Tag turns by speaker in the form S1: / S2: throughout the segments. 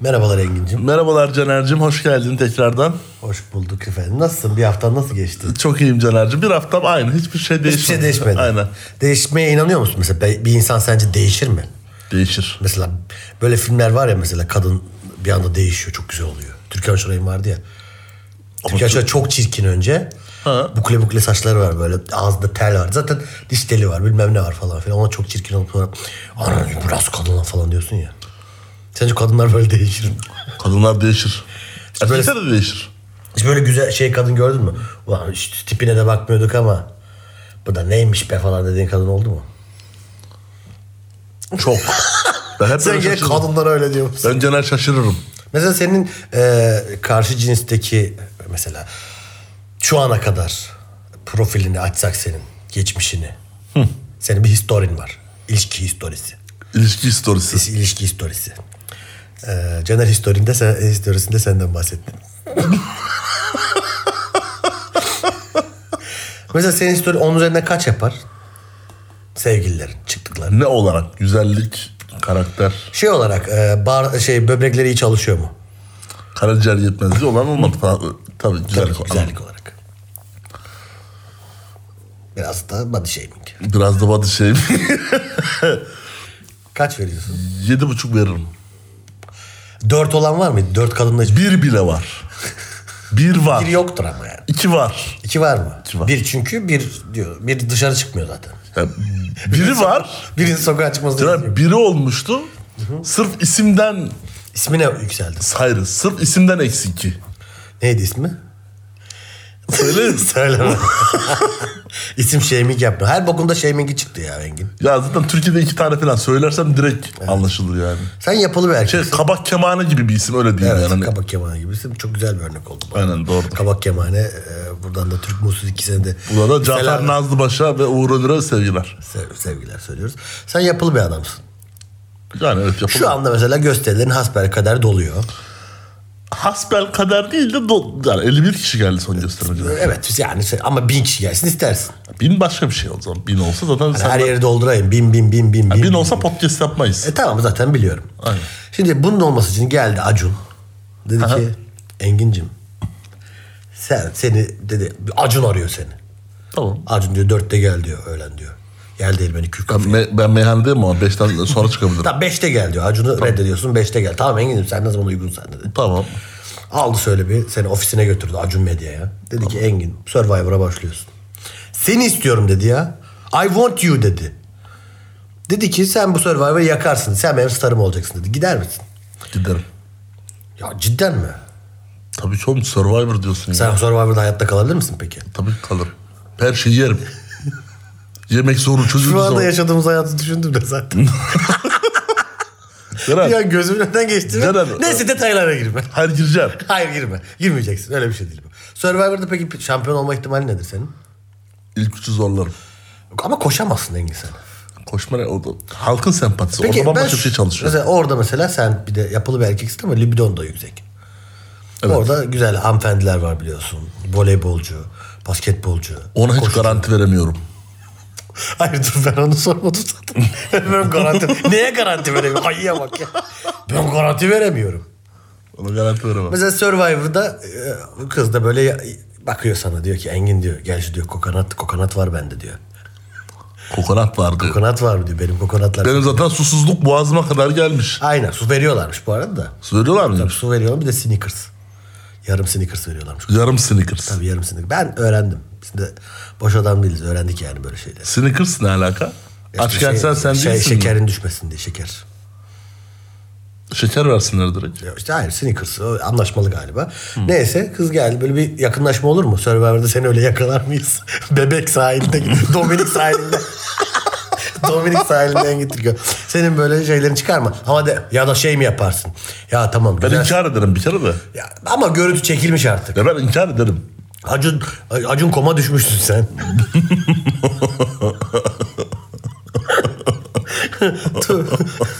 S1: Merhabalar Engin'cim.
S2: Merhabalar Caner'cim, hoş geldin tekrardan.
S1: Hoş bulduk efendim. Nasılsın? Bir haftan nasıl geçti?
S2: Çok iyiyim Caner'cim. Bir haftam aynı, hiçbir şey değişmedi.
S1: Hiçbir şey değişmedi.
S2: Aynen,
S1: Değişmeye inanıyor musun? Mesela be- bir insan sence değişir mi?
S2: değişir.
S1: Mesela böyle filmler var ya mesela kadın bir anda değişiyor. Çok güzel oluyor. Türkan Şoray'ın vardı ya. Türkan Şoray çok çirkin önce.
S2: Ha.
S1: Bukle bukle saçları var böyle. Ağzında tel var. Zaten diş teli var bilmem ne var falan filan. Ona çok çirkin olup sonra "Ana, biraz kadın lan" falan diyorsun ya. Sence kadınlar böyle değişir mi?
S2: Kadınlar değişir.
S1: böyle-
S2: Erkekler de değişir.
S1: Hiç böyle güzel şey kadın gördün mü? Ulan işte tipine de bakmıyorduk ama bu da neymiş be falan dediğin kadın oldu mu?
S2: Çok. Ben hep
S1: Sen
S2: böyle
S1: gene
S2: şaşırırım.
S1: kadınlara öyle diyor musun?
S2: Ben Caner şaşırırım.
S1: Mesela senin e, karşı cinsteki mesela şu ana kadar profilini açsak senin geçmişini. Senin bir historin var. İlişki historisi.
S2: İlişki historisi.
S1: Biz ilişki historisi. E, Caner historisinde, sen, e, historisinde senden bahsettim. Mesela senin histori onun üzerinden kaç yapar? Sevgililerin, çıktıkların.
S2: Ne olarak? Güzellik, karakter,
S1: Şey olarak e, bar, şey böbrekleri iyi çalışıyor mu?
S2: karaciğer yetmezliği olan olmadı. Ta- Tabii güzellik.
S1: Tabii,
S2: olan.
S1: güzellik olarak. Biraz da body shaming.
S2: Biraz da body şey.
S1: Kaç veriyorsun?
S2: Yedi buçuk veririm.
S1: Dört olan var mıydı? Dört kadınla hiç...
S2: Bir bile var. Bir var.
S1: Bir yoktur ama yani.
S2: İki var.
S1: İki var mı?
S2: İki var.
S1: Bir çünkü bir diyor. Bir dışarı çıkmıyor zaten.
S2: Yani biri var.
S1: Birinin sokağa çıkması lazım.
S2: Mesela biri olmuştu. Sırf isimden
S1: İsmine yükseldi.
S2: Hayır, sırf isimden eksi iki.
S1: Neydi ismi?
S2: Söyle.
S1: Söyleme. İsim shaming yapma. Her bokunda shaming'i çıktı ya Engin.
S2: ya zaten Türkiye'de iki tane falan söylersem direkt anlaşılır yani.
S1: Sen yapılı bir erkek.
S2: Şey, kabak kemanı gibi bir isim öyle değil
S1: Evet,
S2: yani. Hani-
S1: kabak kemane gibisin. Çok güzel bir örnek oldu. bu.
S2: Aynen doğrudur.
S1: Kabak kemane. e, buradan da Türk Musul ikisine de
S2: Bu arada Cafer
S1: selam-
S2: Nazlı Baş'a ve Uğur Önür'e sevgiler.
S1: sev- sevgiler söylüyoruz. Sen yapılı bir adamsın.
S2: Yani evet yapalım.
S1: Şu anda mesela gösterilerin hasbel kadar doluyor.
S2: Hasbel kader değil de do- yani 51 kişi geldi son göstermecide.
S1: Evet yani şey- ama bin kişi gelsin istersin. Hani
S2: Bin başka bir şey o zaman. Bin olsa zaten sen-
S1: Her yeri doldurayım. Bin bin bin bin bin.
S2: Hani bin olsa podcast yapmayız.
S1: E tamam zaten biliyorum.
S2: Aynen.
S1: Şimdi bunun olması için geldi Acun. Dedi
S2: Aha.
S1: ki Engin'cim sen seni dedi Acun arıyor seni.
S2: Tamam.
S1: Acun diyor dörtte gel diyor öğlen diyor. Gel değil beni kürk
S2: Ben, me- ben meyhanedeyim ama 5'ten sonra çıkabilirim.
S1: Tamam beşte gel diyor. Acun'u reddediyorsun beşte gel. Tamam Engin'cim sen ne zaman uygunsan dedi.
S2: tamam.
S1: Aldı şöyle bir seni ofisine götürdü Acun Medya'ya. Dedi ki Engin Survivor'a başlıyorsun. Seni istiyorum dedi ya. I want you dedi. Dedi ki sen bu Survivor'ı yakarsın. Sen benim starım olacaksın dedi. Gider misin?
S2: Giderim.
S1: Ya cidden mi?
S2: Tabii ki oğlum Survivor diyorsun ya.
S1: Sen Survivor'da hayatta kalabilir misin peki?
S2: Tabii ki kalırım. Her şeyi yerim. Yemek sorunu çözülür
S1: Şu
S2: zaman.
S1: anda yaşadığımız hayatı düşündüm de zaten.
S2: Ceren,
S1: ya gözümün önünden geçti.
S2: Caner,
S1: Neyse detaylara girme.
S2: Hayır gireceğim.
S1: Hayır girme. Girmeyeceksin. Öyle bir şey değil bu. Survivor'da peki şampiyon olma ihtimali nedir senin?
S2: İlk üçü zorlarım.
S1: Ama koşamazsın Engin sen.
S2: Koşma ne? O da- halkın sempatisi.
S1: Peki,
S2: Orada bambaşka
S1: ben-
S2: bir şey çalışıyor.
S1: Mesela orada mesela sen bir de yapılı bir erkeksin ama libidon da yüksek.
S2: Evet.
S1: Orada güzel hanımefendiler var biliyorsun. Voleybolcu, basketbolcu.
S2: Ona hiç garanti veremiyorum.
S1: Hayır dur ben onu sormadım zaten. ben garanti... Neye garanti veremiyorum? Ayıya bak ya. Ben garanti veremiyorum.
S2: Ona garanti veremem.
S1: Mesela Survivor'da e, kız da böyle ya- bakıyor sana diyor ki Engin diyor gel şu diyor kokonat kokonat var bende diyor.
S2: Kokonat vardı.
S1: Kokonat var mı diyor benim kokonatlar.
S2: Benim zaten susuzluk boğazıma kadar gelmiş.
S1: Aynen su veriyorlarmış bu arada da.
S2: Su veriyorlar mı?
S1: Tabii su veriyorlar bir de sneakers. Yarım sneakers veriyorlarmış.
S2: Yarım Snickers.
S1: Tabii yarım sneakers. Ben öğrendim. Biz de boş adam değiliz öğrendik yani böyle şeyleri.
S2: Snickers ne alaka?
S1: İşte
S2: Açken
S1: şey-
S2: sen sen
S1: şey,
S2: değilsin mi?
S1: Şekerin düşmesin diye şeker.
S2: Şeker versinler direkt.
S1: Ya İşte hayır sneakers o anlaşmalı galiba. Neyse kız geldi böyle bir yakınlaşma olur mu? Survivor'da seni öyle yakalar mıyız? Bebek sahilinde Dominik sahilinde. Dominik sahilinden getiriyor. Senin böyle şeylerin çıkarma. Ama de, ya da şey mi yaparsın? Ya tamam
S2: Ben
S1: güzel.
S2: inkar ederim bir kere de.
S1: Ya, ama görüntü çekilmiş artık.
S2: Ya ben inkar ederim.
S1: Acun, Acun koma düşmüşsün sen. Tur,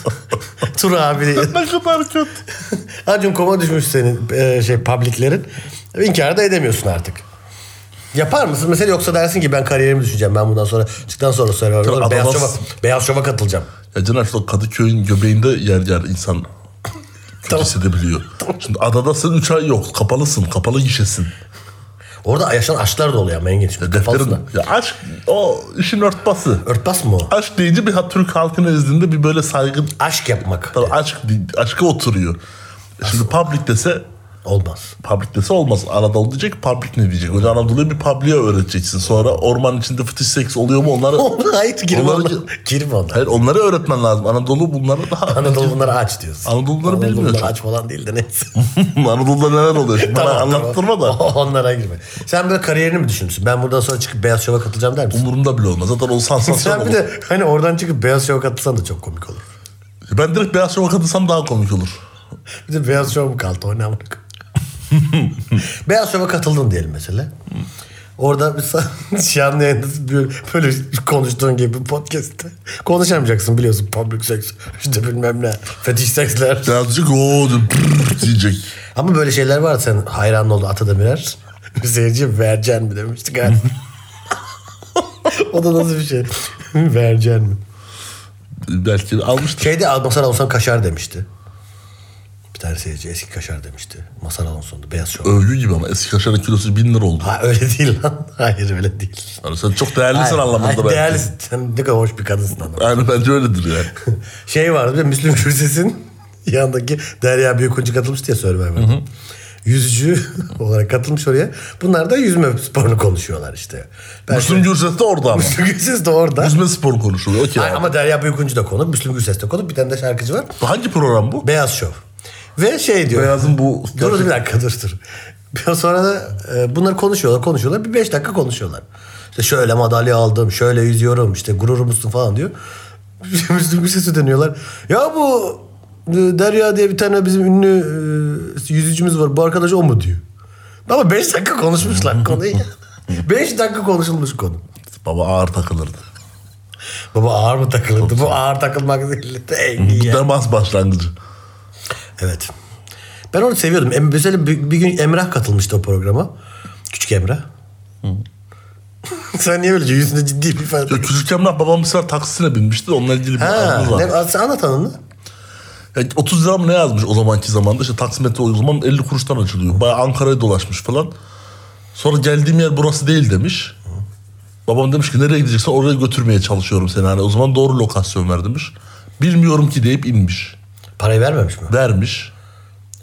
S1: Tur abi.
S2: Ne kadar kötü.
S1: Acun koma düşmüş senin e, şey publiklerin. İnkar da edemiyorsun artık. Yapar mısın mesela yoksa dersin ki ben kariyerimi düşüneceğim. Ben bundan sonra çıktıktan sonra Survivor'a
S2: Tabii,
S1: Beyaz
S2: adamaz. E,
S1: Şov'a, Beyaz Şov'a katılacağım.
S2: Ya Caner şu Kadıköy'ün göbeğinde yer yer insan Kimse de biliyor. Şimdi adadasın 3 ay yok. Kapalısın. Kapalı gişesin.
S1: Orada yaşanan aşklar da oluyor ama Engin. Şimdi
S2: Defterin.
S1: kafasında.
S2: Ya aşk o işin örtbası.
S1: Örtbas mı o?
S2: Aşk deyince bir Türk halkının nezdinde bir böyle saygı
S1: Aşk yapmak.
S2: Tabii aşk aşka oturuyor. E, Şimdi public dese
S1: Olmaz.
S2: public dese olmaz. Anadolu diyecek public ne diyecek? Önce Anadolu'ya bir public'e öğreteceksin. Sonra orman içinde fıtış seks oluyor mu onları
S1: Hayır girme
S2: Onları-
S1: ona. Girme ona.
S2: Hayır onları öğretmen lazım. Anadolu bunları daha
S1: Anadolu bunları aç diyorsun.
S2: Anadolu bunları bilmiyor
S1: bunları
S2: çok.
S1: aç falan değil de neyse.
S2: Anadolu'da neler oluyor? Şimdi bana
S1: Tamam, tamam.
S2: anlattırma da.
S1: Onlara girme. Sen böyle kariyerini mi düşünürsün? Ben buradan sonra çıkıp Beyaz Şov'a katılacağım der misin?
S2: Umurumda bile olmaz. Zaten o sansasyon
S1: Sen bir
S2: olur.
S1: de hani oradan çıkıp Beyaz Şov'a katılsan da çok komik olur.
S2: Ben direkt beyaz şova katılsam daha komik olur.
S1: Bir de Beyaz Şov mu kaldı? O ne amına koyayım? Beyaz Şov'a katıldın diyelim mesela. Orada bir sa- canlı yayında bir- böyle bir konuştuğun gibi podcast'te konuşamayacaksın biliyorsun. Public sex, işte bilmem ne, fetiş seksler.
S2: Beyaz diyecek ooo diyecek.
S1: Ama böyle şeyler var sen hayran oldu Atademirer. Seyirciye vercen mi demişti galiba. o da nasıl bir şey? vercen mi?
S2: Belki almıştır.
S1: Şeyde Al- Masar Alonso kaşar demişti. Bir tane seyirci eski kaşar demişti. Masar Alonso'ndu beyaz şov.
S2: Övgü gibi ama eski kaşarın kilosu 1000 lira oldu.
S1: Ha öyle değil lan. Hayır öyle değil.
S2: Yani sen çok değerlisin
S1: Hayır,
S2: anlamında
S1: hayır,
S2: belki.
S1: Değerlisin. Sen ne kadar hoş bir kadınsın adam.
S2: Yani bence öyledir yani.
S1: şey vardı bir de Müslüm Gürses'in yanındaki Derya Büyükuncu katılmıştı ya Survivor'da. Yüzücü olarak katılmış oraya. Bunlar da yüzme sporunu konuşuyorlar işte. Ben
S2: Müslüm Gürses de orada ama.
S1: Müslüm Gürses de orada.
S2: Yüzme spor konuşuluyor. Okey.
S1: Ay, ama Derya Büyükuncu da konuk, Müslüm Gürses de konuk. Bir tane de şarkıcı var.
S2: Hangi program bu?
S1: Beyaz Şov. Ve şey diyor.
S2: Beyaz'ın bu...
S1: Dur dur bir dakika dur dur. Biraz sonra da e, bunları konuşuyorlar konuşuyorlar. Bir beş dakika konuşuyorlar. İşte şöyle madalya aldım, şöyle yüzüyorum, işte gururumuzsun falan diyor. Müslüm Gürses'e dönüyorlar. Ya bu e, Derya diye bir tane bizim ünlü e, yüzücümüz var. Bu arkadaş o mu diyor. Ama beş dakika konuşmuşlar konuyu. beş dakika konuşulmuş konu.
S2: Baba ağır takılırdı.
S1: Baba ağır mı takılırdı? Bu ağır takılmak değil. Ey, ya.
S2: Temas başlangıcı.
S1: Evet. Ben onu seviyordum. Em- Mesela bir, bir gün Emrah katılmıştı o programa. Küçük Emrah. Sen niye böyle yüzünde ciddi bir ifade?
S2: Ya küçükken ben babam bir sefer taksisine binmişti. Onunla ilgili bir
S1: Ha,
S2: anımız
S1: ne,
S2: var.
S1: sen anlat anını.
S2: Ya 30 lira mı ne yazmış o zamanki zamanda? İşte taksimetre uygulamanın 50 kuruştan açılıyor. Bayağı Ankara'yı dolaşmış falan. Sonra geldiğim yer burası değil demiş. Babam demiş ki nereye gideceksen oraya götürmeye çalışıyorum seni. Hani o zaman doğru lokasyon ver demiş. Bilmiyorum ki deyip inmiş.
S1: Parayı vermemiş mi?
S2: Vermiş.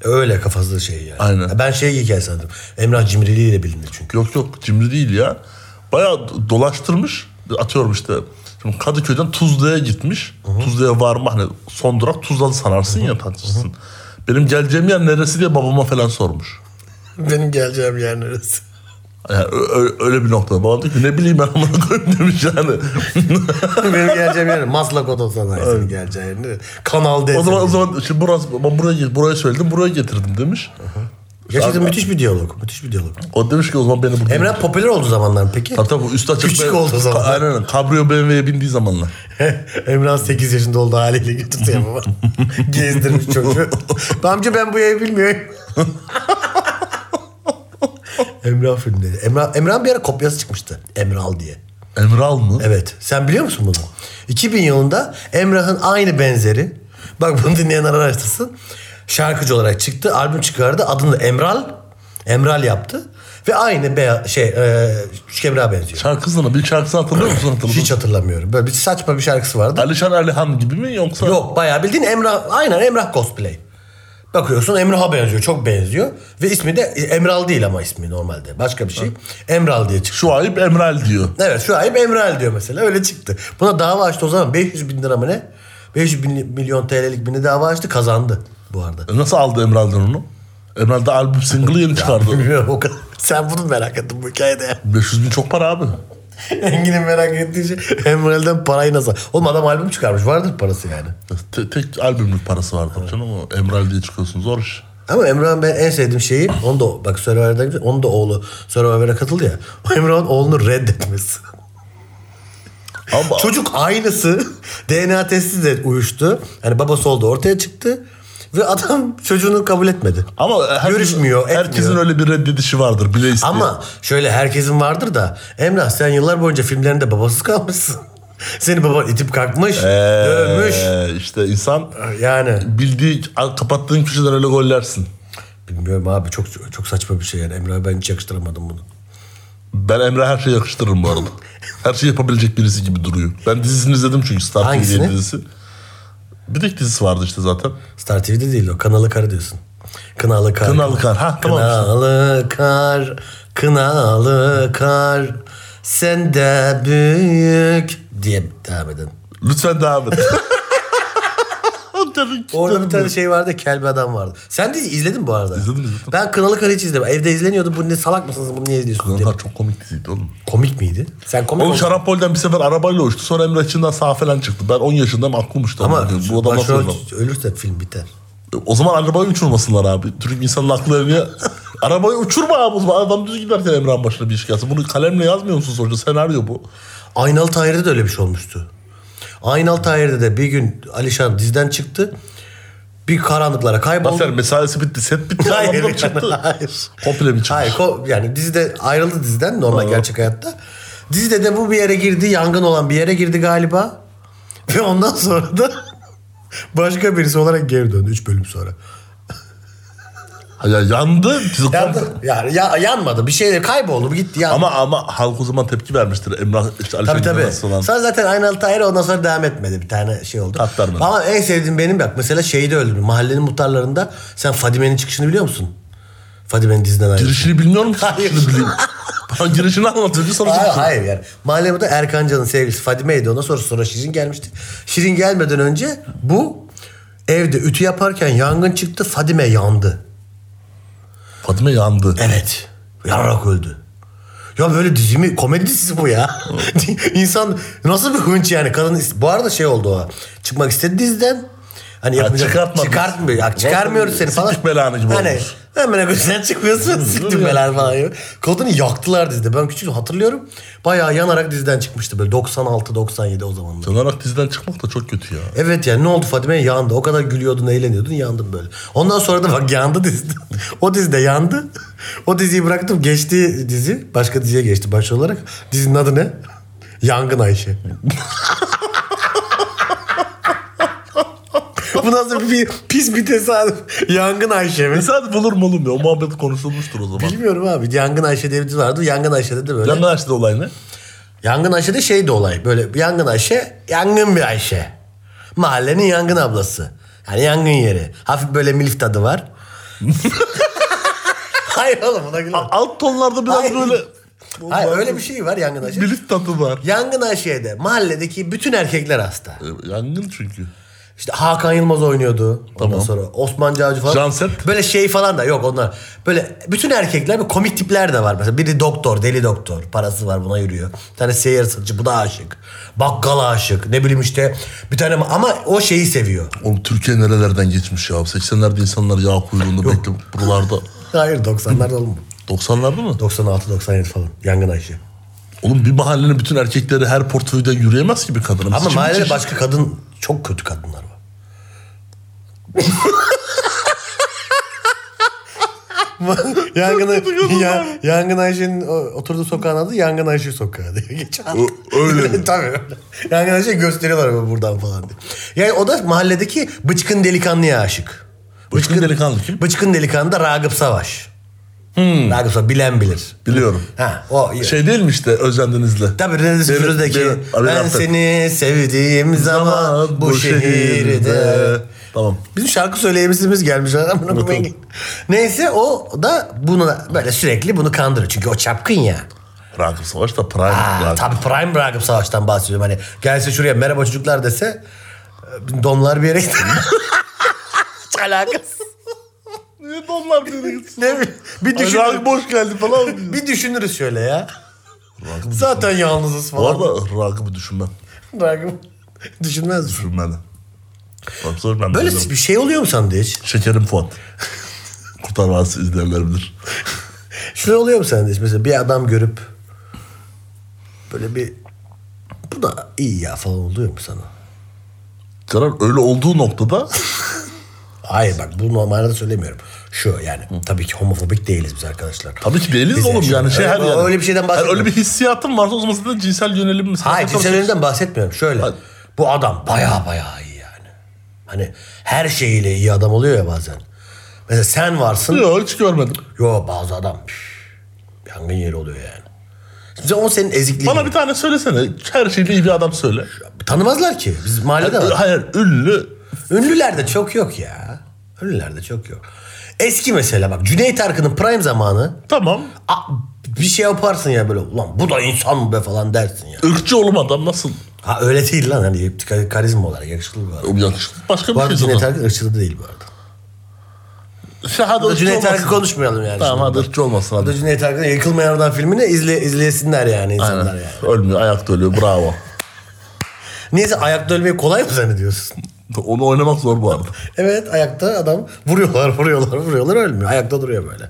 S1: Öyle kafasında şey yani.
S2: Aynen.
S1: Ben şey hikaye sandım. Emrah cimriliğiyle bilinir çünkü.
S2: Yok yok cimri değil ya. Bayağı do- dolaştırmış. Atıyorum işte. Şimdi Kadıköy'den Tuzla'ya gitmiş. Tuzla'ya varma hani son durak Tuzla'da sanarsın ya tatlısın. Benim geleceğim yer neresi diye babama falan sormuş.
S1: Benim geleceğim yer neresi?
S2: Yani ö- ö- öyle bir noktada. Babam diyor ki ne bileyim ben amına koyayım demiş yani.
S1: Benim geleceğim yer Maslak Otosanayı senin geleceğin yer neresi? Kanal D.
S2: o zaman o zaman şimdi burası ben buraya buraya söyledim buraya getirdim demiş.
S1: Gerçekten müthiş bir diyalog. Müthiş bir diyalog.
S2: O demiş ki o zaman beni burada.
S1: Emrah popüler oldu zamanlar mı peki.
S2: Tabii tabii bu üstü açık.
S1: Küçük
S2: ben-
S1: oldu o zaman.
S2: Aynen aynen. Cabrio BMW'ye bindiği zamanlar.
S1: Emrah 8 yaşında oldu haliyle götürdü ya baba. Gezdirmiş çocuğu. Amca ben bu evi bilmiyorum. Emrah filmi dedi. Emrah, Emrah'ın bir ara kopyası çıkmıştı. Emral diye.
S2: Emral mı?
S1: Evet. Sen biliyor musun bunu? 2000 yılında Emrah'ın aynı benzeri. Bak bunu dinleyenler araştırsın. Şarkıcı olarak çıktı. Albüm çıkardı. Adını da Emral. Emral yaptı. Ve aynı beya, şey, e, Küçük Emrah'a benziyor.
S2: Şarkısını bir şarkısını hatırlıyor musun hatırladın?
S1: Hiç hatırlamıyorum. Böyle bir saçma bir şarkısı vardı.
S2: Alişan Alihan gibi mi yoksa?
S1: Yok bayağı bildiğin Emrah. Aynen Emrah cosplay. Bakıyorsun Emrah'a benziyor. Çok benziyor. Ve ismi de Emral değil ama ismi normalde. Başka bir şey. Emral diye çıktı.
S2: Şu ayıp Emral diyor.
S1: Evet şu ayıp Emral diyor mesela. Öyle çıktı. Buna dava açtı o zaman. 500 bin lira mı ne? 500 bin, milyon TL'lik bir ne dava açtı. Kazandı bu arada.
S2: E Nasıl aldı Emral'dan onu? Emral da albüm single'ı yeni çıkardı.
S1: Bilmiyorum o kadar. Sen bunu merak ettin bu hikayede.
S2: 500 bin çok para abi.
S1: Engin'in merak ettiği şey Emral'den parayı nasıl... Oğlum adam albüm çıkarmış. Vardır parası yani.
S2: Te- tek albümlük parası vardı canım o Emral diye çıkıyorsun zor iş.
S1: Ama Emrah'ın ben en sevdiğim şeyi onu da bak Survivor'dan güzel onun da oğlu Survivor'a katıldı ya. O Emrah'ın oğlunu reddetmesi.
S2: Ama
S1: Çocuk aynısı DNA testi de uyuştu. Hani babası oldu ortaya çıktı. Ve adam çocuğunu kabul etmedi.
S2: ama herkes-
S1: Görüşmüyor,
S2: herkesin
S1: etmiyor.
S2: öyle bir reddedişi vardır bile isteye.
S1: Ama şöyle herkesin vardır da Emrah sen yıllar boyunca filmlerinde babasız kalmışsın. Seni baban itip kalkmış,
S2: Ee,
S1: dövmüş.
S2: işte insan
S1: Yani
S2: bildiği kapattığın köşeden öyle gollersin.
S1: bilmiyorum abi çok çok saçma bir şey yani. Emre abi ben hiç yakıştıramadım bunu.
S2: Ben Emre her şeye yakıştırırım bu arada. Her şeyi yapabilecek birisi gibi duruyor. Ben dizisini izledim çünkü Star TV
S1: Hangisini?
S2: diye dizisi. Bir tek dizisi vardı işte zaten.
S1: Star TV'de değil o. Kınalı Kar diyorsun. Kınalı Kar.
S2: Kınalı Kar, ha, tamam işte.
S1: Kınalı Kar, Kınalı Kar. Sen de büyük diye devam edin.
S2: Lütfen devam et.
S1: Orada bir tane şey vardı kelbe adam vardı. Sen de izledin bu arada.
S2: İzledim, izledim.
S1: Ben Kınalı Kar'ı hiç izlemedim. Evde izleniyordu. Bu ne salak mısınız? Bunu niye izliyorsunuz? diye.
S2: Onlar çok komik diziydi oğlum.
S1: Komik miydi? Sen komik
S2: Oğlum
S1: oldun.
S2: Şarampol'den bir sefer arabayla uçtu. Sonra Emre Açın'dan sağ falan çıktı. Ben 10 yaşındayım aklım uçtu.
S1: Ama
S2: Diyorum, Bu adam nasıl
S1: başrol
S2: adam?
S1: ölürse film biter.
S2: O zaman arabayı uçurmasınlar abi. Türk insanın aklı evine... arabayı uçurma abi o zaman. Adam düz giderken Emre'nin başına bir iş gelsin. Bunu kalemle yazmıyor musun sonuçta? Senaryo bu.
S1: Aynalı Tahir'de de öyle bir şey olmuştu. Aynalı Tahir'de de bir gün Alişan dizden çıktı. Bir karanlıklara kayboldu.
S2: Aferin mesaisi bitti. Set bitti.
S1: Hayır,
S2: Hayır, çıktı.
S1: hayır.
S2: Komple mi çıktı?
S1: Hayır ko- yani dizide ayrıldı diziden normal gerçek hayatta. Dizide de bu bir yere girdi yangın olan bir yere girdi galiba. Ve ondan sonra da başka birisi olarak geri döndü 3 bölüm sonra.
S2: Ha, Ya yandı. Dizi komple-
S1: Yandı. Yani ya, yanmadı bir şeyler kayboldu gitti yandı.
S2: Ama ama halk o zaman tepki vermiştir. Emrah işte Alişan
S1: Tabii tabii.
S2: Yılmaz falan.
S1: Sonra zaten aynalı Tahir ondan sonra devam etmedi. Bir tane şey oldu.
S2: Aktarmadı.
S1: Ama en sevdiğim benim bak. Mesela şeyde öldüm. Mahallenin muhtarlarında sen Fadime'nin çıkışını biliyor musun? Fadime'nin diziden ayrı.
S2: Girişini bilmiyor musun?
S1: Hayır.
S2: Şunu bileyim. Bana girişini anlatıyordu sonra
S1: Hayır,
S2: çıkıyor.
S1: hayır yani. Mahalle muhtarı Erkan Can'ın sevgilisi Fadime'ydi. Ondan sonra sonra Şirin gelmişti. Şirin gelmeden önce bu evde ütü yaparken yangın çıktı. Fadime yandı.
S2: Fatime yandı.
S1: Evet. Yanarak öldü. Ya böyle dizimi komedi dizisi bu ya. İnsan nasıl bir hınç yani kadın is- bu arada şey oldu o. Çıkmak istedi diziden. Hani yapacak
S2: çıkartmadı.
S1: çıkartmıyor. Ya çıkarmıyoruz seni falan.
S2: Siktik belanı gibi
S1: Hani
S2: olmuş.
S1: hemen akıllı, sen çıkmıyorsun. Siktim
S2: ya.
S1: belanı falan. gibi. Kadını yaktılar dizide. Ben küçük hatırlıyorum. Bayağı yanarak diziden çıkmıştı böyle 96 97 o zamanlar.
S2: Dönerek diziden çıkmak da çok kötü ya.
S1: Evet yani ne oldu Fadime'ye yandı. O kadar gülüyordun, eğleniyordun, yandın böyle. Ondan sonra da bak yandı dizide. o dizide yandı. O diziyi bıraktım. Geçti dizi. Başka diziye geçti başrol olarak. Dizinin adı ne? Yangın Ayşe. Bu nasıl bir pis bir tesadüf. Yangın Ayşe mi?
S2: Tesadüf olur mu oğlum ya? O muhabbet konuşulmuştur o zaman.
S1: Bilmiyorum abi. Yangın Ayşe diye bir dizi vardı. Yangın Ayşe'de de böyle.
S2: Yandan açtı olay ne?
S1: Yangın Ayşe'de şey de olay. Böyle yangın Ayşe, yangın bir Ayşe. Mahallenin yangın ablası. Yani yangın yeri. Hafif böyle milf tadı var. Hayır oğlum buna gülme.
S2: Alt tonlarda biraz
S1: Hayır.
S2: böyle...
S1: Hayır öyle bir şey var yangın Ayşe.
S2: Milif tadı var.
S1: Yangın Ayşe'de mahalledeki bütün erkekler hasta.
S2: E, Yangın çünkü.
S1: İşte Hakan Yılmaz oynuyordu. Ondan
S2: Tamam.
S1: sonra Osman Cavcı falan.
S2: Janset.
S1: Böyle şey falan da yok onlar. Böyle bütün erkekler bir komik tipler de var. Mesela biri doktor, deli doktor. Parası var buna yürüyor. Bir tane seyyar satıcı bu da aşık. Bakkala aşık. Ne bileyim işte bir tane ama o şeyi seviyor.
S2: Oğlum Türkiye nerelerden geçmiş ya? 80'lerde insanlar yağ kuyruğunda bekliyor. Buralarda.
S1: Hayır 90'larda oğlum.
S2: 90'larda mı?
S1: 96-97 falan. Yangın Ayşe.
S2: Oğlum bir mahallenin bütün erkekleri her portföyde yürüyemez ki bir kadın.
S1: Ama mahallede başka kadın çok kötü kadınlar var. yangın, ya, yangın Ayşe'nin o- oturduğu sokağın adı Yangın Ayşe Sokağı diye geçen.
S2: öyle mi?
S1: Tabii öyle. Yangın Ayşe'yi gösteriyorlar böyle buradan falan diye. Yani o da mahalledeki bıçkın delikanlıya aşık.
S2: Bıçkın delikanlı kim?
S1: Bıçkın delikanlı da Ragıp Savaş. Ragıp Savaş bilen bilir.
S2: Biliyorum.
S1: Ha, o
S2: Şey değil mi işte Özlem Denizli?
S1: Tabii Renes
S2: Benim-
S1: Firuzdaki
S2: benim-
S1: Ben
S2: Arayaptım.
S1: seni sevdiğim zaman bu şehirde.
S2: Tamam.
S1: Bizim şarkı söyleyemizimiz gelmiş. adam bunu
S2: Bakalım.
S1: ben- Neyse o da bunu böyle sürekli bunu kandırıyor. Çünkü o çapkın ya.
S2: Rakım Savaş da prime.
S1: Aa,
S2: Rakım.
S1: tabii Prime Ragıp Savaş'tan bahsediyorum. Hani gelse şuraya merhaba çocuklar dese e, donlar bir yere gider. Hiç alakası.
S2: Niye donlar dedi?
S1: Ne bileyim. Bir düşünürüz.
S2: Rakım boş geldi falan.
S1: Bir düşünürüz şöyle ya.
S2: Rakım
S1: Zaten yalnızız
S2: Bu
S1: falan.
S2: arada Rakım'ı düşünmem.
S1: Ragıp düşünmez mi?
S2: Düşünmeli. Rakım Savaş ben
S1: Böyle
S2: Böyle
S1: bir şey oluyor mu sende hiç?
S2: Şekerim Fuat. Kurtar Vadisi izleyenler bilir.
S1: Şöyle oluyor mu sende hiç? mesela bir adam görüp böyle bir bu da iyi ya falan oluyor mu sana?
S2: Canan öyle olduğu noktada
S1: Hayır bak bu normalde söylemiyorum. Şu yani tabii ki homofobik değiliz biz arkadaşlar.
S2: Tabii ki değiliz
S1: Biz
S2: oğlum
S1: yani-
S2: yani şey her
S1: Öyle-
S2: yani.
S1: öyle bir şeyden
S2: Yani
S1: bahsetmiyorum.
S2: öyle bir hissiyatın varsa o zaman zaten cinsel yönelim.
S1: Hayır cinsel yönelimden bahsetmiyorum. Şöyle. Bu adam baya baya iyi yani. Hani her şeyiyle iyi adam oluyor ya bazen. Mesela sen varsın.
S2: Yok hiç görmedim.
S1: Yo bazı adam. üf, Yangın yeri oluyor yani. Şimdi o senin ezikliğin.
S2: Bana bir tane söylesene. Her şeyle iyi bir adam söyle.
S1: Tanımazlar ki. Biz mahallede var.
S2: Hayır ünlü.
S1: Ünlülerde çok yok ya. Ünlülerde çok yok. Eski mesela bak Cüneyt Arkın'ın prime zamanı
S2: Tamam.
S1: a- bir şey yaparsın ya böyle ulan bu da insan mı be falan dersin ya.
S2: Irkçı oğlum adam nasıl?
S1: Ha öyle değil lan hani ka- karizma olarak yakışıklı bir adam.
S2: Yakışıklı. Başka
S1: Bu
S2: bir
S1: arada
S2: şey
S1: Cüneyt
S2: zaten.
S1: Arkın ırkçılığı değil bu arada.
S2: Şey, hadi
S1: Bu da
S2: ırkçı
S1: Cüneyt Arkın
S2: olmasın.
S1: konuşmayalım yani.
S2: Tamam
S1: şimdi.
S2: hadi ırkçı olmasın
S1: Bu da
S2: hadi.
S1: Cüneyt Arkın'ın Yıkılmayan Adam filmini izle, izlesinler yani insanlar
S2: Aynen.
S1: yani.
S2: Ölmüyor ayakta ölüyor bravo.
S1: Neyse ayakta ölmeyi kolay mı zannediyorsun?
S2: Onu oynamak zor bu arada.
S1: evet ayakta adam vuruyorlar vuruyorlar vuruyorlar ölmüyor. Ayakta duruyor böyle.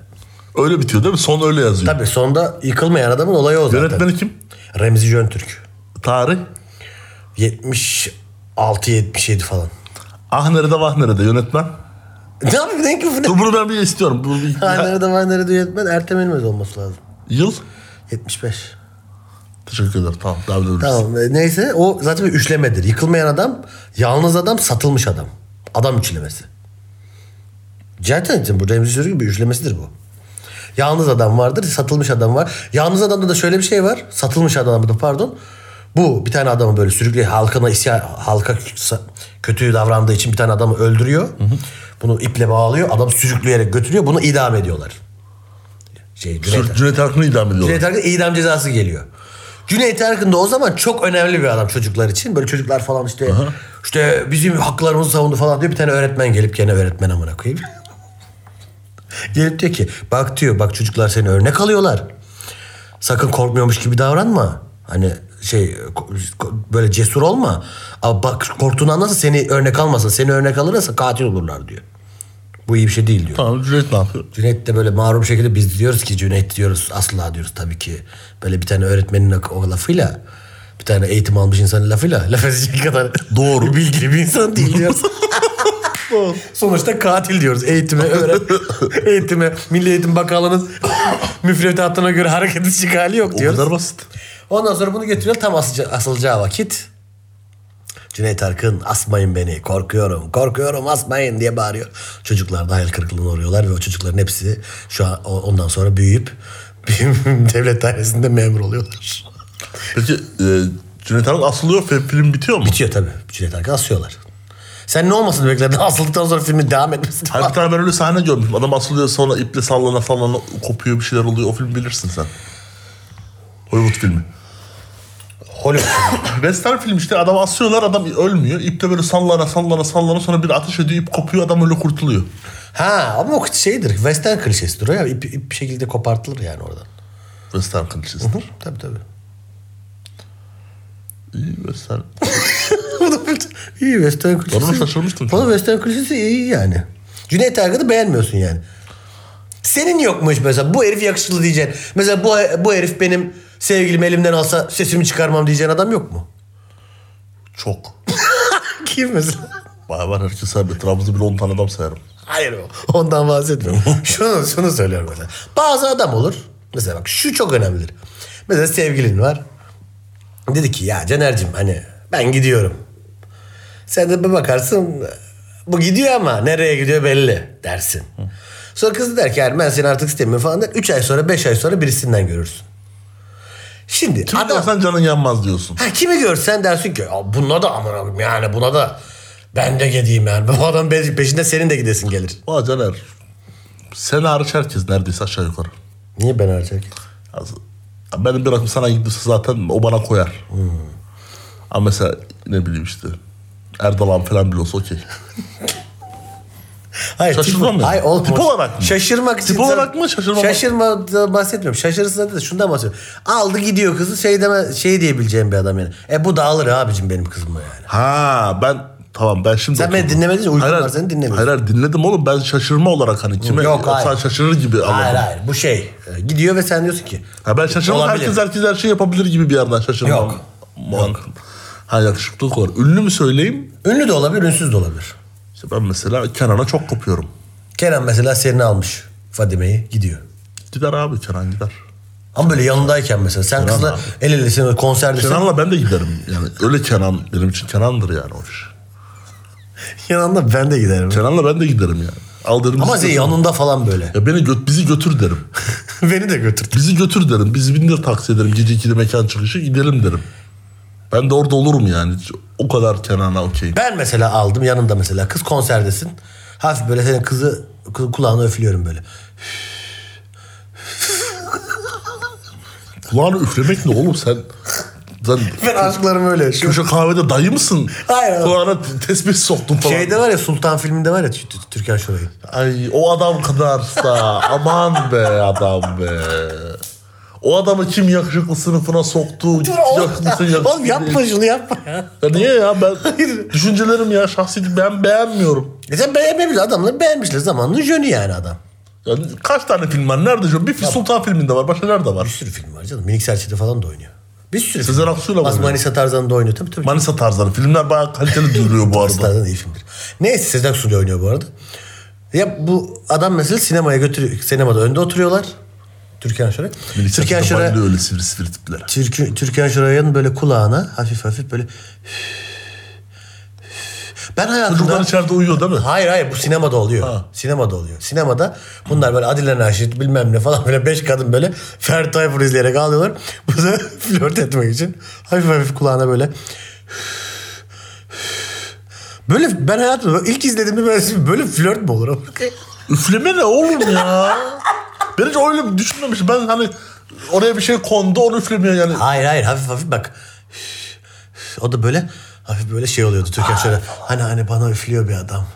S2: Öyle bitiyor değil mi? Son öyle yazıyor.
S1: Tabii sonda yıkılmayan adamın olayı o zaten.
S2: Yönetmeni kim?
S1: Remzi Jöntürk.
S2: Tarih.
S1: 76-77 falan.
S2: Ah nerede vah nerede yönetmen.
S1: Ne yapayım denk mi?
S2: Dur bunu ben bir istiyorum. Bunu bir-
S1: Ha, Nerede var nerede yönetmen Ertem Elmez olması lazım.
S2: Yıl.
S1: 75.
S2: Teşekkür ederim. Tamam. Daha bir tamam.
S1: Tamam e, neyse o zaten bir üçlemedir. Yıkılmayan adam, yalnız adam, satılmış adam. Adam üçlemesi. Zaten bu Remzi Sürgün bir üçlemesidir bu. Yalnız adam vardır, satılmış adam var. Yalnız adamda da şöyle bir şey var. Satılmış adamda da pardon. Bu bir tane adamı böyle sürükle halkına isyan, halka sa- kötü davrandığı için bir tane adamı öldürüyor. Bunu iple bağlıyor. Adam sürükleyerek götürüyor. Bunu idam ediyorlar. Şey, Cüneyt
S2: Cüneyt, Cüneyt Arkın'ı idam ediyorlar.
S1: Cüneyt Arkın idam cezası geliyor. Cüneyt Arkın da o zaman çok önemli bir adam çocuklar için. Böyle çocuklar falan işte işte bizim haklarımızı savundu falan diyor. Bir tane öğretmen gelip gene öğretmen amına koyayım. gelip diyor ki bak diyor bak çocuklar seni örnek alıyorlar. Sakın korkmuyormuş gibi davranma. Hani şey ko- ko- böyle cesur olma. Ama bak korktuğunu anlasın seni örnek almasın. Seni örnek alırsa katil olurlar diyor. Bu iyi bir şey değil diyor.
S2: Tamam Cüneyt ne yapıyor?
S1: Cüneyt de böyle mağrum şekilde biz diyoruz ki Cüneyt diyoruz asla diyoruz tabii ki. Böyle bir tane öğretmenin ak- o lafıyla bir tane eğitim almış insanın lafıyla laf edecek kadar
S2: Doğru.
S1: bilgili bir insan değil diyoruz. Sonuçta katil diyoruz. Eğitime, öğret eğitime, Milli Eğitim Bakanlığı'nın müfredatına göre hareket edecek hali yok
S2: O
S1: diyoruz.
S2: kadar basit.
S1: Ondan sonra bunu getiriyor tam asıca- asılacağı vakit. Cüneyt Arkın asmayın beni korkuyorum korkuyorum asmayın diye bağırıyor. Çocuklar da hayal kırıklığına uğruyorlar ve o çocukların hepsi şu an o- ondan sonra büyüyüp devlet dairesinde memur oluyorlar.
S2: Peki e, Cüneyt Arkın asılıyor ve film bitiyor mu?
S1: Bitiyor tabii Cüneyt Arkın asıyorlar. Sen ne olmasını bekledin asıldıktan sonra filmin devam etmesi
S2: Her bir tane ben öyle sahne görmüşüm. Adam asılıyor sonra iple sallana sallana kopuyor bir şeyler oluyor. O filmi bilirsin sen. Hollywood filmi.
S1: Hollywood.
S2: Western film işte adam asıyorlar adam ölmüyor. İple böyle sallana sallana sallana sonra bir ateş ediyor ip kopuyor adam öyle kurtuluyor.
S1: ha ama o şeydir western klişesidir o ya ip, ip bir şekilde kopartılır yani oradan.
S2: Western klişesi.
S1: Tabii tabii.
S2: İyi Western.
S1: iyi Western klişesi.
S2: Bana şaşırmıştım.
S1: Oğlum Western klişesi iyi yani. Cüneyt Arkın'ı beğenmiyorsun yani. Senin yokmuş mesela bu herif yakışıklı diyeceksin. Mesela bu, bu herif benim sevgilim elimden alsa sesimi çıkarmam diyeceğin adam yok mu?
S2: Çok.
S1: Kim mesela?
S2: Vay ben herkes sayarım. Etrafımızda bile 10 tane adam sayarım.
S1: Hayır o- ondan bahsetmiyorum. şunu, şunu söylüyorum mesela. Bazı adam olur. Mesela bak şu çok önemlidir. Mesela sevgilin var. Dedi ki ya Caner'cim hani ben gidiyorum. Sen de bir bakarsın bu gidiyor ama nereye gidiyor belli dersin. Sonra kız der ki yani ben seni artık istemiyorum falan der. Üç ay sonra beş ay sonra birisinden görürsün. Şimdi
S2: Kim
S1: adam,
S2: görsen canın yanmaz diyorsun.
S1: Ha kimi görsen dersin ki ya buna da aman Allah'ım yani buna da ben de gideyim yani. Bu adam pe- peşinde senin de gidesin gelir.
S2: Vay Caner. Sen hariç herkes neredeyse aşağı yukarı.
S1: Niye ben harcayacak?
S2: Az- Benim bir rakım sana gidiyorsa zaten o bana koyar.
S1: Hmm.
S2: Ama mesela ne bileyim işte. Erdalan falan bile olsa okey.
S1: Hayır,
S2: Şaşırmam
S1: tip,
S2: yani.
S1: Hayır, oğlum,
S2: Tip olarak mı?
S1: Şaşırmak için.
S2: Tip olarak mı, şaşırmamak-
S1: Şaşırmadan bahsetmiyorum. Şaşırırsa da şundan bahsediyorum. Aldı gidiyor kızı şey deme şey diyebileceğim bir adam yani. E bu dağılır abicim benim kızıma yani.
S2: Ha ben tamam ben şimdi
S1: Sen beni
S2: oturdum.
S1: dinlemedin ya, uykun
S2: Hayır,
S1: var,
S2: hayır.
S1: seni dinlemiyorsun.
S2: Hayır hayır, dinledim oğlum ben şaşırma olarak hani kime
S1: Yok,
S2: yok, sen
S1: hayır.
S2: şaşırır gibi anladım.
S1: Hayır hayır bu şey. E, Gidiyor ve sen diyorsun ki.
S2: Ha ben şaşırmam
S1: Olabilir.
S2: herkes herkes her şey yapabilir gibi bir yerden şaşırmam.
S1: Yok.
S2: Muhakkak. Ha yakışıklılık var. Ünlü mü söyleyeyim?
S1: Ünlü de olabilir, ünsüz de olabilir.
S2: İşte ben mesela Kenan'a çok kopuyorum.
S1: Kenan mesela serini almış Fadime'yi gidiyor.
S2: Gider abi Kenan gider.
S1: Ama böyle yanındayken mesela sen kızla
S2: abi.
S1: el elesin böyle konserdesin.
S2: Kenan'la ben de giderim. Yani öyle Kenan benim için Kenan'dır yani o iş.
S1: Yanında ben de giderim.
S2: Kenan'la ben de giderim yani. Al derim.
S1: Ama şey-
S2: bizi
S1: senin
S2: götür.
S1: yanında falan böyle.
S2: Ya beni gö- bizi götür derim.
S1: Beni de götür.
S2: Bizi götür derim. Bizi bindir taksi ederim. Gece 2'de mekan çıkışı gidelim derim. Ben de orada olurum yani. O kadar Kenan'a okey.
S1: Ben mesela aldım yanımda mesela kız konserdesin. Hafif böyle senin kızı kı- kulağını öflüyorum böyle.
S2: Kulağını üflemek ne oğlum sen? Sen
S1: Ben aşklarım öyle. Şu
S2: köşe kahvede dayı mısın?
S1: Hayır.
S2: Kulağına t- tesbih soktun falan.
S1: şeyde var ya Sultan filminde var ya Tü- Tü- Türkan Şoray'ın.
S2: Ay o adam kadarsa aman be adam be. O adamı kim yakışıklı sınıfına soktu? Yakışıklısın yakışıklı.
S1: Oğlum yapma şunu yapma ya.
S2: Ya niye ya ben düşüncelerim ya şahsi ben beğenmiyorum.
S1: E sen beğenmemiş adamları beğenmişler zamanında jönü yani adam.
S2: Yani kaç tane film var? Nerede şu? Bir Sultan filminde var. Başka nerede
S1: Bir
S2: var?
S1: sürü film var canım. Minik Serçe'de falan da oynuyor. Bir sürü
S2: Sezen
S1: film.
S2: Aksu'yla mı
S1: Az
S2: oynuyor?
S1: Manisa Tarzan'da oynuyor tabii tabii.
S2: Manisa tarzları. Filmler bayağı kaliteli duruyor bu arada.
S1: Tarzan iyi filmdir. Neyse Sezen Aksu'yla oynuyor bu arada. Ya bu adam mesela sinemaya götürüyor. Sinemada önde oturuyorlar. Türkan Şoray.
S2: Minik
S1: Türkan
S2: Sert'te
S1: Şoray.
S2: bayılıyor öyle sivri sivri tiplere.
S1: Türkü- Türkan Şoray'ın böyle kulağına hafif hafif böyle ben
S2: Çocuklar
S1: hayatımda
S2: içeride uyuyor değil mi?
S1: Hayır hayır bu sinemada oluyor. Sinemada oluyor. Sinemada bunlar böyle Adile Naşit bilmem ne falan böyle beş kadın böyle Ferdi Tayfur izleyerek ağlıyorlar. Bu da flört etmek için hafif hafif kulağına böyle Böyle ben hayatımda ilk izlediğimde böyle, böyle flört mü olur?
S2: Üfleme ne oğlum ya? ben hiç öyle düşünmemişim. Ben hani oraya bir şey kondu onu üflemiyor yani.
S1: Hayır hayır hafif hafif bak. O da böyle hafif böyle şey oluyordu Türkan şöyle. Hani hani bana üflüyor bir adam.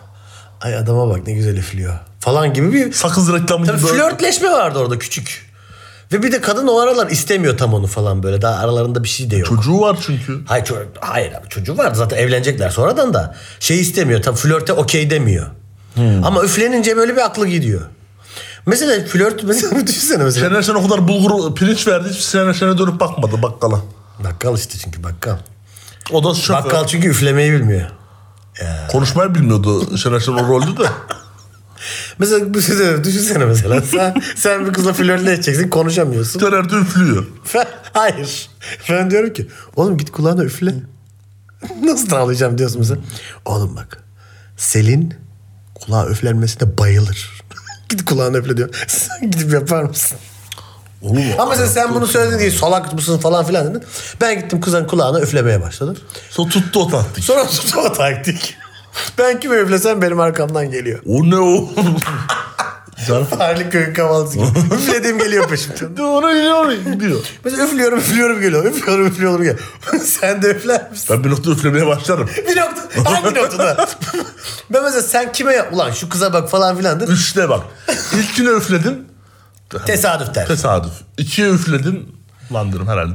S1: Ay adama bak ne güzel üflüyor. Falan gibi bir
S2: Sakız reklamı gibi.
S1: Tabii
S2: böyle-
S1: flörtleşme vardı orada küçük. Ve bir de kadın o aralar istemiyor tam onu falan böyle. Daha aralarında bir şey de yok.
S2: Çocuğu var çünkü.
S1: hayır, ço- hayır abi çocuğu var zaten evlenecekler sonradan da. Şey istemiyor tam flörte okey demiyor. Ama üflenince böyle bir aklı gidiyor. Mesela flört mesela düşünsene mesela.
S2: Şener Şen o kadar bulgur pirinç verdi. Hiç Şener Şen'e dönüp bakmadı bakkala.
S1: Bakkal işte çünkü bakkal.
S2: O da şoför.
S1: Bakkal çünkü üflemeyi bilmiyor.
S2: Konuşmayı bilmiyordu Şener Şen o rolde de.
S1: Mesela düşünsene, düşünsene mesela sen, sen bir kızla flörtle edeceksin konuşamıyorsun.
S2: Şener de üflüyor.
S1: Ben- hayır. Ben diyorum ki oğlum git kulağına üfle. Nasıl tavlayacağım diyorsun mesela. Oğlum bak Selin kulağa üflenmesine bayılır. git kulağına üfle diyor. Sen gidip yapar mısın?
S2: Oğlum,
S1: Ama mesela sen bunu söyledin diye salak mısın falan filan dedin. Ben gittim kızın kulağına üflemeye başladım.
S2: Sonra tuttu o taktik.
S1: Sonra tuttu o taktik. Ben kime üflesem benim arkamdan geliyor.
S2: O ne o? Canım.
S1: Harli köyün kavalcısı gibi. Üflediğim geliyor peşimden.
S2: Doğru diyor.
S1: Mesela üflüyorum üflüyorum geliyor. Üflüyorum üflüyorum geliyor. Sen de üfler misin?
S2: Ben bir nokta üflemeye başlarım.
S1: Bir nokta. Hangi noktada? ben mesela sen kime yap? Ulan şu kıza bak falan filan de.
S2: Üçte bak. İlkine üfledin.
S1: Tesadüf der.
S2: Tesadüf. İkiye üfledin. Lan dedim herhalde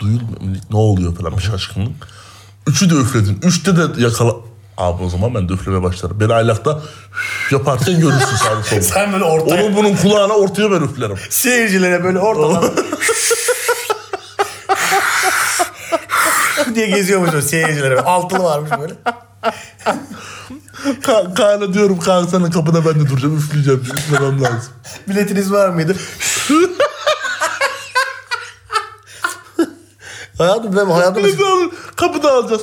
S2: duyulmuyor. Ne oluyor falan bir şaşkınlık. Üçü de üfledin. Üçte de yakala... Abi o zaman ben de üflemeye başlarım. Beni aylakta yaparken görürsün sağda solda.
S1: Sen böyle ortaya.
S2: Onun bunun kulağına ortaya ben üflerim.
S1: Seyircilere böyle ortadan. diye geziyormuş o seyircilere. Böyle Altılı varmış böyle.
S2: Ka- Kaan'a diyorum Kaan senin kapına ben de duracağım. Üfleyeceğim. Üflemem lazım.
S1: Biletiniz var mıydı? hayatım benim hayatım.
S2: Ne diyorum? Kapıda alacağız.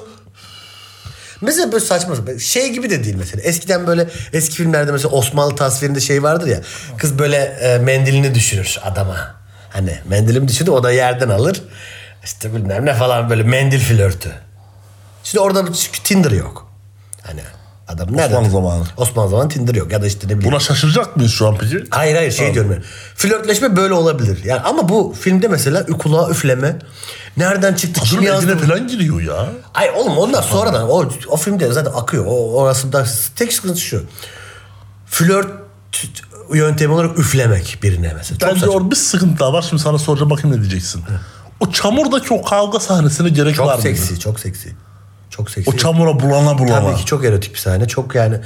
S1: Mesela böyle saçma sapan. Şey gibi de değil mesela. Eskiden böyle eski filmlerde mesela Osmanlı tasvirinde şey vardır ya. Kız böyle e, mendilini düşürür adama. Hani mendilimi düşürdü o da yerden alır. İşte bilmem ne falan böyle mendil flörtü. Şimdi orada bir- çünkü Tinder yok. Hani adam nerede?
S2: Osmanlı zamanı.
S1: Osmanlı zamanı Tinder yok ya da işte ne bileyim.
S2: Buna şaşıracak mıyız şu an peki?
S1: Hayır hayır şey diyorum yani. Flörtleşme böyle olabilir. Yani ama bu filmde mesela kulağa üfleme. Nereden çıktı? Kim
S2: Şunun
S1: yazdı?
S2: evine falan giriyor ya.
S1: Ay oğlum ondan sonradan o, o filmde zaten akıyor. O, orasında tek sıkıntı şu. Flört yöntemi olarak üflemek birine mesela. Çok
S2: Bence
S1: saçma.
S2: orada bir sıkıntı daha var. Şimdi sana soracağım bakayım ne diyeceksin. O çamurdaki o kavga sahnesine gerek var
S1: Çok
S2: mı?
S1: seksi, çok seksi. Çok seksi.
S2: O çamura bulana bulana.
S1: Tabii ki çok erotik bir sahne. Çok yani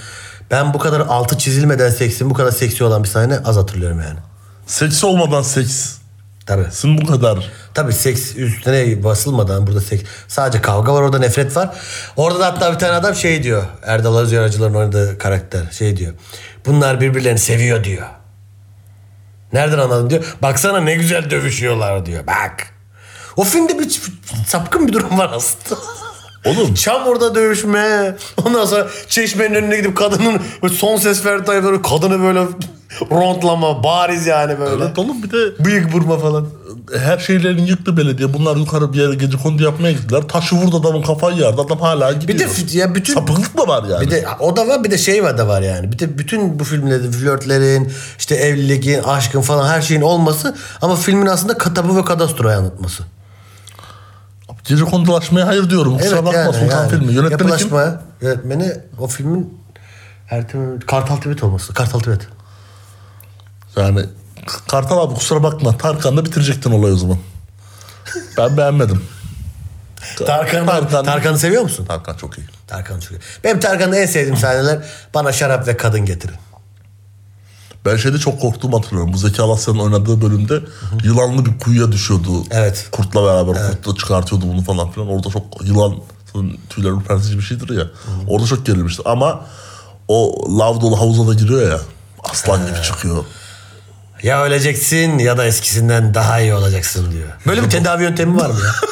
S1: ben bu kadar altı çizilmeden seksin, bu kadar seksi olan bir sahne az hatırlıyorum yani.
S2: Seksi olmadan seksin
S1: Tabii.
S2: bu kadar.
S1: Tabii seks üstüne basılmadan burada seks. Sadece kavga var orada nefret var. Orada da hatta bir tane adam şey diyor. Erdal Özyar Acılar'ın oynadığı karakter şey diyor. Bunlar birbirlerini seviyor diyor. Nereden anladın diyor. Baksana ne güzel dövüşüyorlar diyor. Bak. O filmde bir sapkın bir durum var aslında.
S2: Oğlum
S1: Çamurda dövüşme. Ondan sonra çeşmenin önüne gidip kadının böyle son ses verdiği böyle kadını böyle rondlama bariz yani böyle.
S2: evet oğlum bir de
S1: Bıyık vurma falan.
S2: her şeylerini yıktı belediye. Bunlar yukarı bir yere gece kondu yapmaya gittiler. Taşı vurdu adamın kafayı yardı. Adam hala gidiyor.
S1: Bir de fi- ya bütün
S2: Sapıklık mı var yani?
S1: bir de o da var bir de şey var da var yani. Bir de bütün bu filmlerde flörtlerin, işte evliliğin, aşkın falan her şeyin olması ama filmin aslında katabı ve kadastroyu anlatması.
S2: Gece kondulaşmaya hayır diyorum. Kusura bakma Sultan filmi. Yönetmeni kim?
S1: Yapılaşma yönetmeni o filmin Ertem Kartal Tibet olması. Kartal Tibet.
S2: Yani K- Kartal abi kusura bakma. Tarkan'la bitirecektin olayı o zaman. Ben beğenmedim.
S1: Tarkan'ı
S2: Tarkan-
S1: Tarkan'ı seviyor musun?
S2: Tarkan çok iyi.
S1: Tarkan çünkü. Benim Tarkan'da en sevdiğim sahneler bana şarap ve kadın getirin.
S2: Ben şeyde çok korktuğumu hatırlıyorum. Bu Zeki Alasya'nın oynadığı bölümde yılanlı bir kuyuya düşüyordu.
S1: Evet.
S2: Kurtla beraber kurt da çıkartıyordu bunu falan filan. Orada çok yılan tüyler ürpertici bir şeydir ya. Orada çok gerilmişti ama o lav dolu havuza da giriyor ya. Aslan gibi çıkıyor.
S1: Ya öleceksin ya da eskisinden daha iyi olacaksın diyor. Böyle bir tedavi yöntemi var mı ya?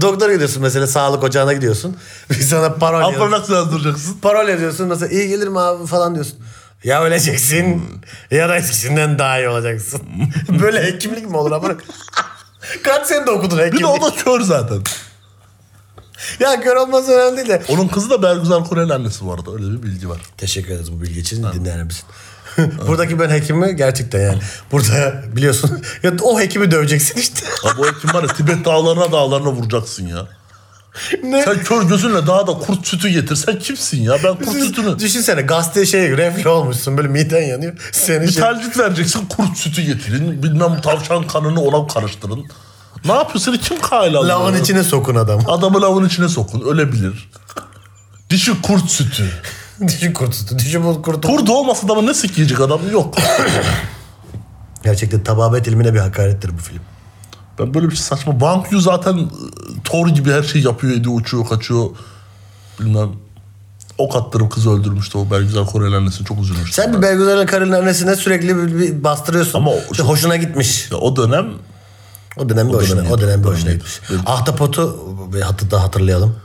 S1: Doktora gidiyorsun mesela sağlık ocağına gidiyorsun. Bir sana parol yaz-
S2: Alparnak yazdıracaksın.
S1: Parol yazıyorsun mesela iyi gelir mi abi falan diyorsun. Ya öleceksin ya da eskisinden daha iyi olacaksın. Böyle hekimlik mi olur ama? Kaç sene de okudun
S2: Bir de
S1: hekimlik?
S2: o da kör zaten.
S1: Ya kör olması önemli değil de.
S2: Onun kızı da Bergüzar Korel'in annesi bu arada. Öyle bir bilgi var.
S1: Teşekkür ederiz bu bilgi için dinleyenlerimizin. Buradaki ben hekimi gerçekten yani. Burada biliyorsun ya o hekimi döveceksin işte.
S2: Ya bu hekim var ya Tibet dağlarına dağlarına vuracaksın ya.
S1: ne?
S2: Sen kör gözünle daha da kurt sütü getir. Sen kimsin ya? Ben kurt sütünü...
S1: Düşünsene gazete şey reflü olmuşsun böyle miden yanıyor. Seni
S2: Bir
S1: şey,
S2: tercih vereceksin kurt sütü getirin. Bilmem tavşan kanını ona karıştırın. Ne yapıyorsun? Kim kail alıyor?
S1: lavın içine sokun adamı.
S2: Adamı lavın içine sokun. Ölebilir. Dişi kurt sütü.
S1: Düşün kurtutu. Düşün bu kurtu.
S2: Kurt olmasa adamı ne sikiyecek adam? Yok.
S1: Gerçekten tababet ilmine bir hakarettir bu film.
S2: Ben böyle bir şey saçma. Bangyu zaten e, Thor gibi her şeyi yapıyor, ediyor, uçuyor, kaçıyor. Bilmem. Ok attırıp kızı öldürmüştü o Bergüzar Koreli annesini çok üzülmüştü.
S1: Sen bir Belgüzar'ın karının annesine sürekli bir, bir bastırıyorsun.
S2: Ama o-
S1: İşte hoşuna gitmiş.
S2: Ya o dönem
S1: O dönem bir hoşuna,
S2: dönemiydi.
S1: o dönem bir hoşuna
S2: Dönemiydi.
S1: gitmiş. Ahtapot'u bir hatı da hatırlayalım.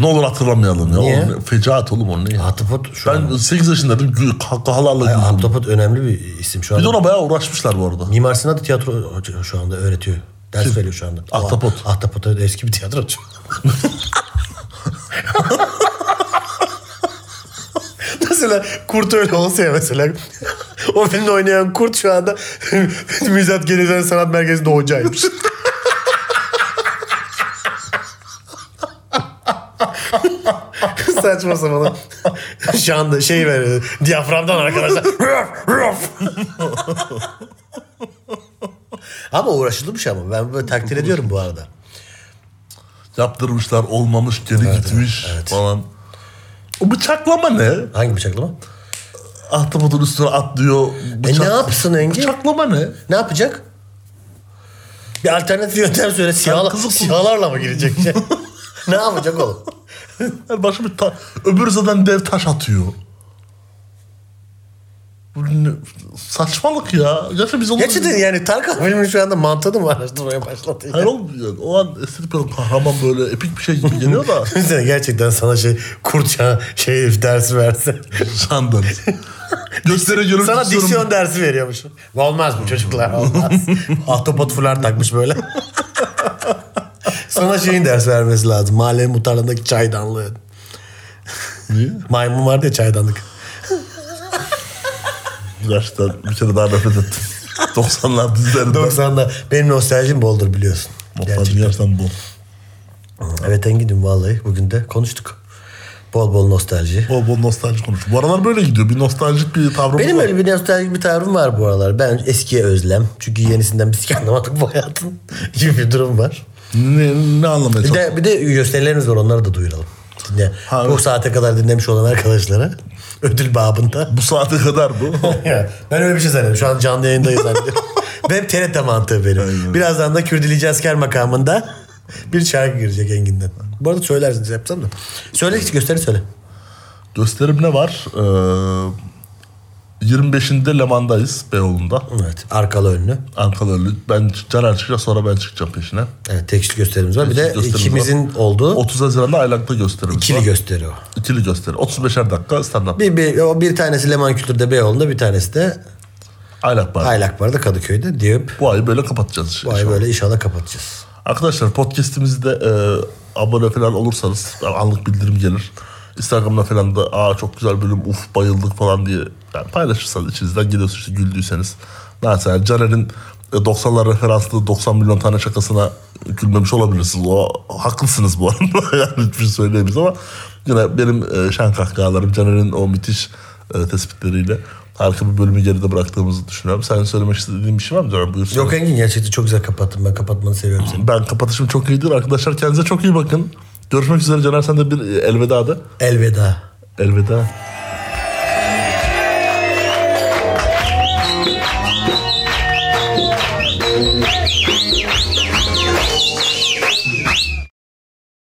S2: ne olur hatırlamayalım ya.
S1: Niye?
S2: O ne- fecaat oğlum o ne ya.
S1: Ahtapot şu an.
S2: Ben 8 yaşındaydım gü- kahkahalarla güldüm.
S1: Ahtapot önemli bir isim şu an.
S2: Bir de ona bayağı uğraşmışlar bu arada.
S1: Mimar Sinan da tiyatro hoca şu anda öğretiyor. Ders veriyor şu anda.
S2: Ahtapot.
S1: O- Ahtapot öyle eski bir tiyatrocu. mesela kurt öyle olsa ya mesela. o filmde oynayan kurt şu anda Müzat Gerizan Sanat Merkezi'nde hocaymış. Saçma sapan. Şu anda şey veriyor. Diyaframdan arkadaşlar. ama uğraşılmış ama. Ben böyle takdir ediyorum bu arada.
S2: Yaptırmışlar olmamış geri gitmiş
S1: evet, evet.
S2: falan. O bıçaklama ne?
S1: Hangi bıçaklama?
S2: Ahtapotun üstüne atlıyor. Bıçak...
S1: E ne yapsın Engin?
S2: Bıçaklama ne?
S1: Ne yapacak? Bir alternatif yöntem söyle. Siyahla,
S2: kızı-
S1: siyahlarla mı girecek? ne yapacak oğlum?
S2: Her başka bir ta- öbürü zaten dev taş atıyor. Bu ne- Saçmalık ya. Gerçi biz onu...
S1: Gerçekten yani Tarkan filmin şu anda mantığını mı araştırmaya başladı?
S2: Hayır oğlum yani o an Esir Plan'ın kahraman böyle epik bir şey gibi geliyor da.
S1: Düşünsene gerçekten sana şey kurça şey dersi verse.
S2: Sandın. Göstere görüntü
S1: Sana
S2: istiyorum.
S1: diksiyon dersi veriyormuş. Olmaz bu çocuklar olmaz. Ahtapot fular takmış böyle. Sana şeyin ders vermesi lazım. Mahallenin mutarlarındaki çaydanlığı.
S2: Niye?
S1: Maymun vardı ya çaydanlık.
S2: Gerçekten bir kere daha nefret ettim. 90'lar dizilerinde.
S1: 90'da benim nostaljim boldur biliyorsun.
S2: Gerçekten.
S1: Gerçekten.
S2: Gerçekten bu.
S1: Evet Engin'im vallahi bugün de konuştuk. Bol bol nostalji.
S2: Bol bol nostalji konuş. Bu aralar böyle gidiyor. Bir nostaljik bir tavrım
S1: Benim
S2: var.
S1: öyle bir nostaljik bir tavrım var bu aralar. Ben eskiye özlem. Çünkü yenisinden bir sik anlamadık bu hayatın gibi bir durum var.
S2: Ne, ne anlamaya
S1: Bir de,
S2: çalışıyorsun?
S1: bir de gösterilerimiz var onları da duyuralım. Dinle.
S2: Ha,
S1: Bu
S2: evet.
S1: saate kadar dinlemiş olan arkadaşlara ödül babında.
S2: Bu saate kadar bu.
S1: ben öyle bir şey zannediyorum. Şu an canlı yayındayız zannediyorum. Ve TRT mantığı benim. Birazdan da Kürdilici Asker makamında bir şarkı girecek Engin'den. Bu arada söylersiniz yapsam da. Söyle gösteri söyle.
S2: Gösterim ne var? Ee, 25'inde Leman'dayız Beyoğlu'nda.
S1: Evet. Arkalı önlü.
S2: Ankara'lı. Ben Caner çıkacak sonra ben çıkacağım peşine.
S1: Evet tekstül gösterimiz var. Bir de
S2: Gösterimiz var.
S1: ikimizin olduğu
S2: 30 Haziran'da Aylak'ta gösterimiz
S1: ikili
S2: var.
S1: gösteri o.
S2: İkili gösteri. 35'er dakika stand up.
S1: Bir, bir, o bir tanesi Leman Kültür'de Beyoğlu'nda bir tanesi de
S2: Aylak var.
S1: Aylak vardı Kadıköy'de deyip
S2: Bu ayı böyle kapatacağız. işte.
S1: bu ay böyle inşallah kapatacağız.
S2: Arkadaşlar podcast'imizi de e, abone falan olursanız anlık bildirim gelir. Instagram'da falan da aa çok güzel bölüm uf bayıldık falan diye yani paylaşırsanız içinizden gidiyorsunuz işte güldüyseniz. Mesela Caner'in e, 90'lar referanslı 90 milyon tane şakasına gülmemiş olabilirsiniz. O haklısınız bu arada. yani hiçbir şey söyleyemeyiz ama yine benim e, şen kahkahalarım Caner'in o müthiş e, tespitleriyle harika bir bölümü geride bıraktığımızı düşünüyorum. Sen söylemek istediğin bir şey var mı Caner? Buyursun.
S1: Yok Engin gerçekten çok güzel kapattın. Ben kapatmanı seviyorum seni.
S2: Ben kapatışım çok iyidir. Arkadaşlar kendinize çok iyi bakın. Görüşmek üzere Caner sen de bir e, elveda de.
S1: Elveda.
S2: Elveda.